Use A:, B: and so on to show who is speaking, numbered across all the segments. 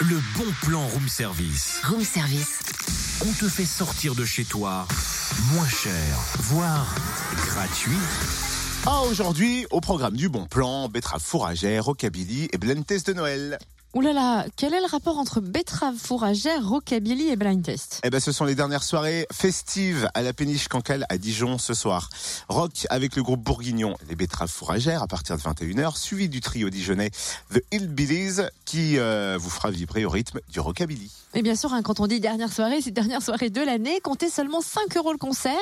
A: Le bon plan room service.
B: Room service.
A: On te fait sortir de chez toi moins cher, voire gratuit.
C: Ah, aujourd'hui, au programme du bon plan, betterave fourragère, rockabilly et blend test de Noël.
D: Ouh là là, quel est le rapport entre betterave fourragère, rockabilly et blind test
C: Eh ben, ce sont les dernières soirées festives à la péniche Cancale à Dijon ce soir. Rock avec le groupe Bourguignon, les betteraves fourragères à partir de 21h, suivi du trio dijonnais The Hillbillies qui euh, vous fera vibrer au rythme du rockabilly.
D: Et bien sûr, hein, quand on dit dernière soirée, c'est dernière soirée de l'année, comptez seulement 5 euros le concert.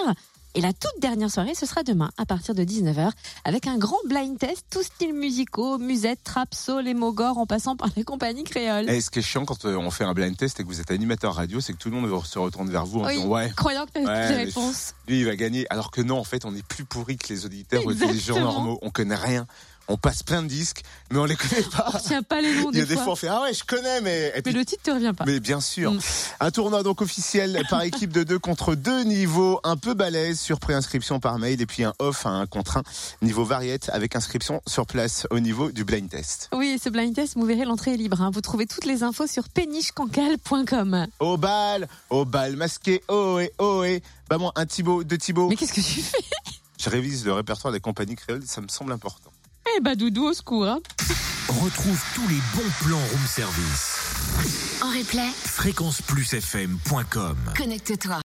D: Et la toute dernière soirée, ce sera demain à partir de 19h avec un grand blind test, tous styles musicaux, musette, trap, soul et mogor en passant par la compagnie créole.
C: Et ce qui est chiant quand euh, on fait un blind test et que vous êtes animateur radio, c'est que tout le monde se retourne vers vous en
D: Oui.
C: disant ouais,
D: Croyant que t'avais
C: Ouais,
D: toutes les
C: mais-
D: réponses.
C: lui il va gagner. Alors que non, en fait, on est plus pourri que les auditeurs ou les gens
D: Exactement.
C: normaux. On connaît rien. On passe plein de disques, mais on les connaît pas.
D: Je tiens pas les noms
C: Il y
D: des,
C: a des fois, on fait Ah ouais, je connais, mais. et
D: Mais
C: puis-
D: le titre te revient pas.
C: mais bien sûr.
D: Mm.
C: Un tournoi donc officiel par équipe de deux contre deux niveaux, un peu balèze sur préinscription par mail et puis un off à un contre un niveau variette avec inscription sur place au niveau du blind test.
D: Oui, et ce blind test, vous verrez, l'entrée est libre. hein. Vous trouvez toutes les infos sur pénichecancale.com.
C: Au bal, au bal masqué, oh ohé, ohé. Bah moi, un Thibaut, deux Thibaut.
D: Mais qu'est-ce que tu fais
C: Je révise le répertoire des compagnies créoles, ça me semble important.
D: Eh bah, Doudou, au secours. hein.
A: Retrouve tous les bons plans room service.
B: En replay,
A: fréquenceplusfm.com
B: connecte-toi.